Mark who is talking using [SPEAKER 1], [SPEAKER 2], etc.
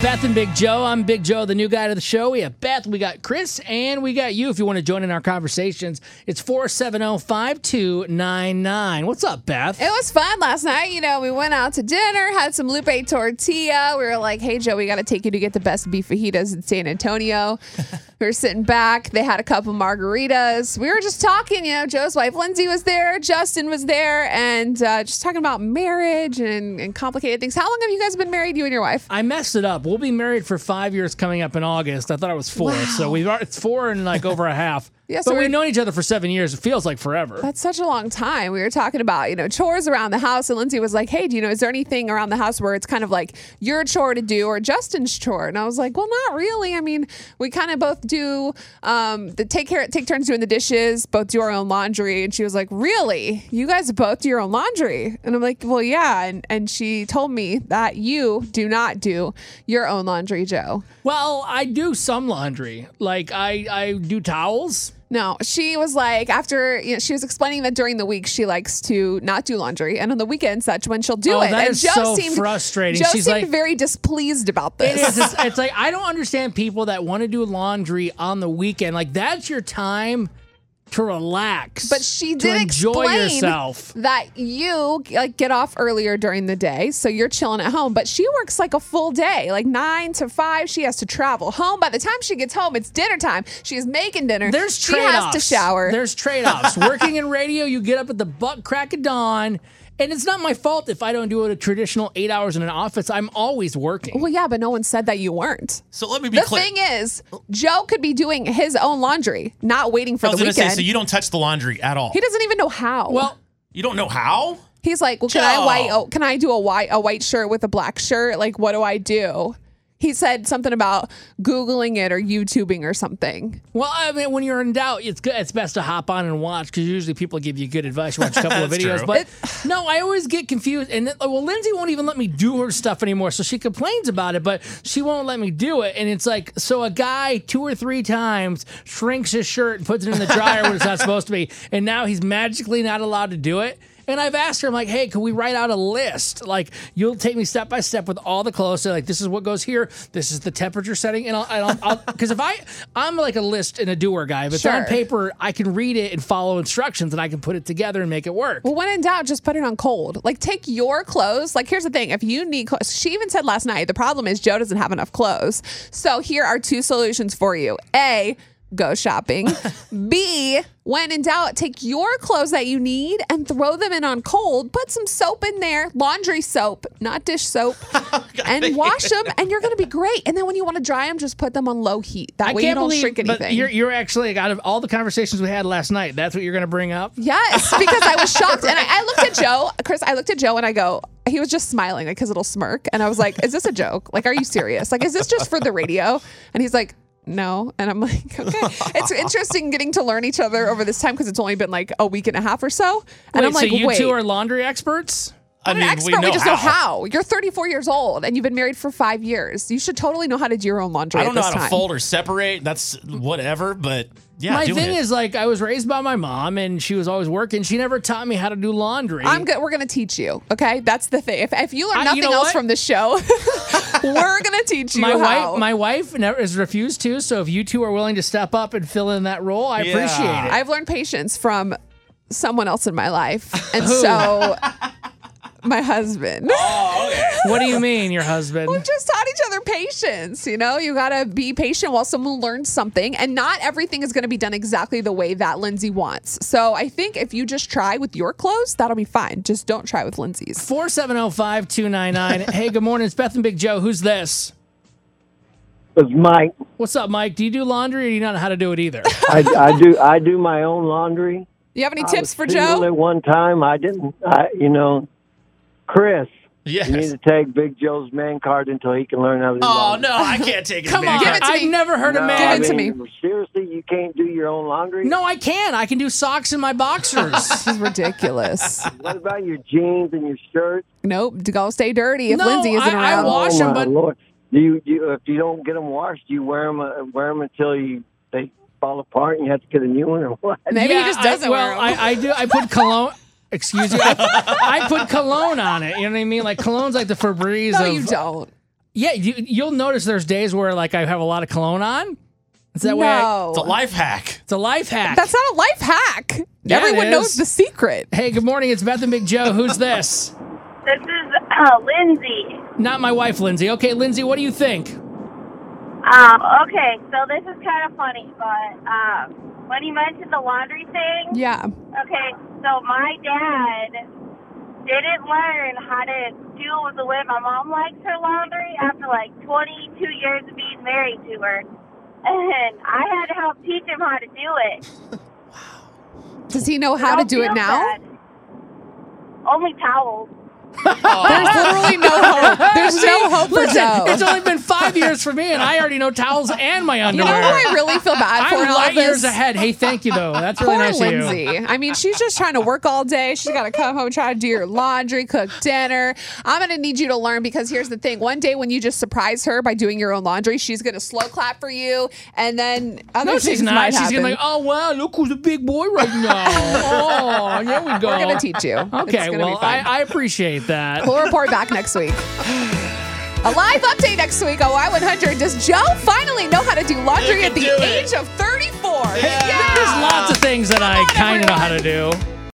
[SPEAKER 1] Beth and Big Joe. I'm Big Joe, the new guy to the show. We have Beth, we got Chris, and we got you if you want to join in our conversations. It's oh, 470 5299. What's up, Beth?
[SPEAKER 2] It was fun last night. You know, we went out to dinner, had some lupe tortilla. We were like, hey, Joe, we got to take you to get the best beef fajitas in San Antonio. we were sitting back. They had a couple margaritas. We were just talking. You know, Joe's wife, Lindsay, was there. Justin was there. And uh, just talking about marriage and, and complicated things. How long have you guys been married, you and your wife?
[SPEAKER 1] I messed it up. We'll be married for five years coming up in August. I thought it was four. So we've already, it's four and like over a half.
[SPEAKER 2] Yeah, so
[SPEAKER 1] but we've
[SPEAKER 2] we're-
[SPEAKER 1] known each other for seven years. It feels like forever.
[SPEAKER 2] That's such a long time. We were talking about, you know, chores around the house, and Lindsay was like, Hey, do you know, is there anything around the house where it's kind of like your chore to do or Justin's chore? And I was like, Well, not really. I mean, we kind of both do um the take care take turns doing the dishes, both do our own laundry. And she was like, Really? You guys both do your own laundry? And I'm like, Well, yeah. And and she told me that you do not do your own laundry, Joe.
[SPEAKER 1] Well, I do some laundry. Like I, I do towels.
[SPEAKER 2] No, she was like after you know, she was explaining that during the week she likes to not do laundry, and on the weekends that's when she'll do
[SPEAKER 1] Oh,
[SPEAKER 2] it.
[SPEAKER 1] that
[SPEAKER 2] and
[SPEAKER 1] is so frustrating.
[SPEAKER 2] Joe
[SPEAKER 1] She's
[SPEAKER 2] seemed
[SPEAKER 1] like-
[SPEAKER 2] very displeased about
[SPEAKER 1] It
[SPEAKER 2] this.
[SPEAKER 1] is. It's, it's like I don't understand people that want to do laundry on the weekend. Like that's your time to relax.
[SPEAKER 2] But she
[SPEAKER 1] to
[SPEAKER 2] did
[SPEAKER 1] enjoy
[SPEAKER 2] explain
[SPEAKER 1] yourself.
[SPEAKER 2] that you like get off earlier during the day, so you're chilling at home. But she works like a full day, like nine to five. She has to travel home. By the time she gets home, it's dinner time. She's making dinner.
[SPEAKER 1] There's
[SPEAKER 2] she
[SPEAKER 1] trade-offs.
[SPEAKER 2] has to shower.
[SPEAKER 1] There's trade-offs. Working in radio, you get up at the butt crack of dawn, and it's not my fault if I don't do it a traditional eight hours in an office. I'm always working.
[SPEAKER 2] well, yeah, but no one said that you weren't.
[SPEAKER 3] So let me be
[SPEAKER 2] The
[SPEAKER 3] clear.
[SPEAKER 2] thing is, Joe could be doing his own laundry, not waiting for
[SPEAKER 3] I was
[SPEAKER 2] the
[SPEAKER 3] going to say,
[SPEAKER 2] weekend.
[SPEAKER 3] so you don't touch the laundry at all.
[SPEAKER 2] he doesn't even know how.
[SPEAKER 1] Well,
[SPEAKER 3] You don't know how?
[SPEAKER 2] he's like, well, can I
[SPEAKER 3] Joe.
[SPEAKER 2] white? Oh, can I do a white a white shirt with a black shirt? Like, what do I do? He said something about googling it or YouTubing or something.
[SPEAKER 1] well, I mean, when you're in doubt, it's good, it's best to hop on and watch because usually people give you good advice. You watch a couple of
[SPEAKER 3] That's
[SPEAKER 1] videos,
[SPEAKER 3] true.
[SPEAKER 1] but no, I always get confused. And then, well, Lindsay won't even let me do her stuff anymore, so she complains about it, but she won't let me do it. And it's like, so a guy two or three times shrinks his shirt and puts it in the dryer when it's not supposed to be, and now he's magically not allowed to do it. And I've asked her, I'm like, hey, can we write out a list? Like, you'll take me step by step with all the clothes. So, like, this is what goes here. This is the temperature setting. And I'll, and I'll, because if I, I'm like a list and a doer guy. If it's on
[SPEAKER 2] Sure.
[SPEAKER 1] paper, I can read it and follow instructions and I can put it together and make it work.
[SPEAKER 2] Well, when in doubt, just put it on cold. Like, take your clothes. Like, here's the thing: if you need clothes, she even said last night the problem is Joe doesn't have enough clothes. So here are two solutions for you: a Go shopping. B, when in doubt, take your clothes that you need and throw them in on cold. Put some soap in there, laundry soap, not dish soap, and wash them, and you're going to be great. And then when you want to dry them, just put them on low heat. That
[SPEAKER 1] I
[SPEAKER 2] way
[SPEAKER 1] can't
[SPEAKER 2] you don't
[SPEAKER 1] believe
[SPEAKER 2] shrink anything.
[SPEAKER 1] But you're, you're actually like, out of all the conversations we had last night. That's what you're going to bring up.
[SPEAKER 2] Yes, because I was shocked. And I, I looked at Joe, Chris, I looked at Joe and I go, he was just smiling, like his little smirk. And I was like, is this a joke? Like, are you serious? Like, is this just for the radio? And he's like, no. And I'm like, okay. It's interesting getting to learn each other over this time because it's only been like a week and a half or so. And
[SPEAKER 1] wait,
[SPEAKER 2] I'm like,
[SPEAKER 1] so you
[SPEAKER 2] wait.
[SPEAKER 1] two are laundry experts.
[SPEAKER 3] I
[SPEAKER 2] I'm an
[SPEAKER 3] mean,
[SPEAKER 2] expert.
[SPEAKER 3] we
[SPEAKER 2] We,
[SPEAKER 3] know
[SPEAKER 2] just
[SPEAKER 3] how.
[SPEAKER 2] know how. You're 34 years old and you've been married for five years. You should totally know how to do your own laundry.
[SPEAKER 3] I
[SPEAKER 2] at
[SPEAKER 3] don't know
[SPEAKER 2] this
[SPEAKER 3] how to
[SPEAKER 2] time.
[SPEAKER 3] fold or separate. That's whatever, but yeah,
[SPEAKER 1] my
[SPEAKER 3] do
[SPEAKER 1] thing
[SPEAKER 3] it.
[SPEAKER 1] is like, I was raised by my mom, and she was always working. She never taught me how to do laundry.
[SPEAKER 2] I'm good. We're gonna teach you. Okay, that's the thing. If, if you
[SPEAKER 1] I-
[SPEAKER 2] learn
[SPEAKER 1] you
[SPEAKER 2] nothing
[SPEAKER 1] know
[SPEAKER 2] else
[SPEAKER 1] what?
[SPEAKER 2] from this show, we're gonna teach you.
[SPEAKER 1] my
[SPEAKER 2] how.
[SPEAKER 1] wife, my wife, never is refused to. So if you two are willing to step up and fill in that role, I
[SPEAKER 3] Yeah.
[SPEAKER 1] appreciate it.
[SPEAKER 2] I've learned patience from someone else in my life, and so my husband.
[SPEAKER 1] Oh. what do you mean, your husband?
[SPEAKER 2] We've just taught each other patience. You know, you gotta be patient while someone learns something, and not everything is gonna be done exactly the way that Lindsay wants. So I think if you just try with your clothes, that'll be fine. Just don't try with Lindsay's.
[SPEAKER 1] 4705299. hey, good morning. It's Beth and Big Joe. Who's this?
[SPEAKER 4] Because Mike,
[SPEAKER 1] What's up, Mike? Do you do laundry or do you not know how to do it either?
[SPEAKER 4] I, I do I do my own laundry.
[SPEAKER 2] You have any
[SPEAKER 4] I
[SPEAKER 2] tips
[SPEAKER 4] was
[SPEAKER 2] for
[SPEAKER 4] single
[SPEAKER 2] Joe?
[SPEAKER 4] At one time, I didn't. I you know, Chris,
[SPEAKER 3] Yes.
[SPEAKER 4] You need to take Big Joe's man card until he can learn how to. do
[SPEAKER 3] Oh
[SPEAKER 4] laundry.
[SPEAKER 3] no, I can't take it.
[SPEAKER 1] Come on,
[SPEAKER 3] man.
[SPEAKER 2] Give it to
[SPEAKER 1] I've
[SPEAKER 2] me.
[SPEAKER 1] never heard a
[SPEAKER 4] No,
[SPEAKER 1] man.
[SPEAKER 2] Give it to me.
[SPEAKER 4] Seriously, you can't do your own laundry.
[SPEAKER 1] No, I can. I can do socks in my boxers.
[SPEAKER 2] This is ridiculous.
[SPEAKER 4] What about your jeans and your shirts?
[SPEAKER 2] nope, go stay dirty if
[SPEAKER 1] No,
[SPEAKER 2] Lindsay isn't
[SPEAKER 1] I- I
[SPEAKER 2] around.
[SPEAKER 1] wash-
[SPEAKER 4] oh
[SPEAKER 1] them,
[SPEAKER 4] my
[SPEAKER 1] but-
[SPEAKER 4] Lord. Do you, you if you don't get them washed, do you wear them uh, wear 'em until you they fall apart and you have to get a new one or what?
[SPEAKER 2] Maybe
[SPEAKER 1] Yeah,
[SPEAKER 2] he just
[SPEAKER 1] I-
[SPEAKER 2] doesn't
[SPEAKER 1] well,
[SPEAKER 2] wear 'em.
[SPEAKER 1] I, I do. I put cologne. Excuse me. I, I put cologne on it. You know what I mean? Like cologne's like the Febreze
[SPEAKER 2] no,
[SPEAKER 1] of.
[SPEAKER 2] you don't.
[SPEAKER 1] Yeah, you, you'll notice there's days where like I have a lot of cologne on. Is that way? I,
[SPEAKER 2] No.
[SPEAKER 3] It's a life hack.
[SPEAKER 1] it's a life hack.
[SPEAKER 2] That's not a life hack.
[SPEAKER 1] Yeah, it
[SPEAKER 2] Everyone knows
[SPEAKER 1] is.
[SPEAKER 2] the secret.
[SPEAKER 1] hey, good morning. It's Beth and Big Joe. Who's this?
[SPEAKER 5] This is uh, Lindsay.
[SPEAKER 1] Not my wife, Lindsay. Okay, Lindsay, what do you think?
[SPEAKER 5] Um, okay, so this is kind of funny, but um, when he mentioned the laundry thing,
[SPEAKER 2] Yeah.
[SPEAKER 5] okay, so my dad didn't learn how to deal with the way my mom likes her laundry after like 22 years of being married to her. And I had to help teach him how to do it.
[SPEAKER 2] Does he know how
[SPEAKER 5] I
[SPEAKER 2] to
[SPEAKER 5] don't
[SPEAKER 2] do it
[SPEAKER 5] feel
[SPEAKER 2] now?
[SPEAKER 5] bad. Only towels.
[SPEAKER 2] There's literally no hope. There's no hope for
[SPEAKER 1] Listen,
[SPEAKER 2] Joe.
[SPEAKER 1] it's only been five years for me, and I already know towels and my
[SPEAKER 2] You know
[SPEAKER 1] underwear.
[SPEAKER 2] who I really feel bad for in
[SPEAKER 1] I'm
[SPEAKER 2] all
[SPEAKER 1] light
[SPEAKER 2] of this?
[SPEAKER 1] years ahead. Hey, thank you though. That's really
[SPEAKER 2] Poor
[SPEAKER 1] nice of you.
[SPEAKER 2] Lindsay. I mean, she's just trying to work all day. She's got to come home, try to do your laundry, cook dinner. I'm going to need you to learn because here's the thing. One day when you just surprise her by doing your own laundry, she's going to slow clap for you. And then other
[SPEAKER 1] No,
[SPEAKER 2] things
[SPEAKER 1] she's not.
[SPEAKER 2] might
[SPEAKER 1] She's
[SPEAKER 2] happen.
[SPEAKER 1] gonna be like, oh wow, look who's a big boy right now. oh, here we go.
[SPEAKER 2] We're going to teach you. It's
[SPEAKER 1] Okay,
[SPEAKER 2] gonna be
[SPEAKER 1] well,
[SPEAKER 2] fun.
[SPEAKER 1] I, I appreciate that.
[SPEAKER 2] We'll report back next week. A live update next week on Y100. Does Joe finally know how to do laundry
[SPEAKER 3] You
[SPEAKER 2] at the
[SPEAKER 3] can do it.
[SPEAKER 2] age of 34?
[SPEAKER 1] There's lots of things that I
[SPEAKER 2] on,
[SPEAKER 1] kind of know how to do.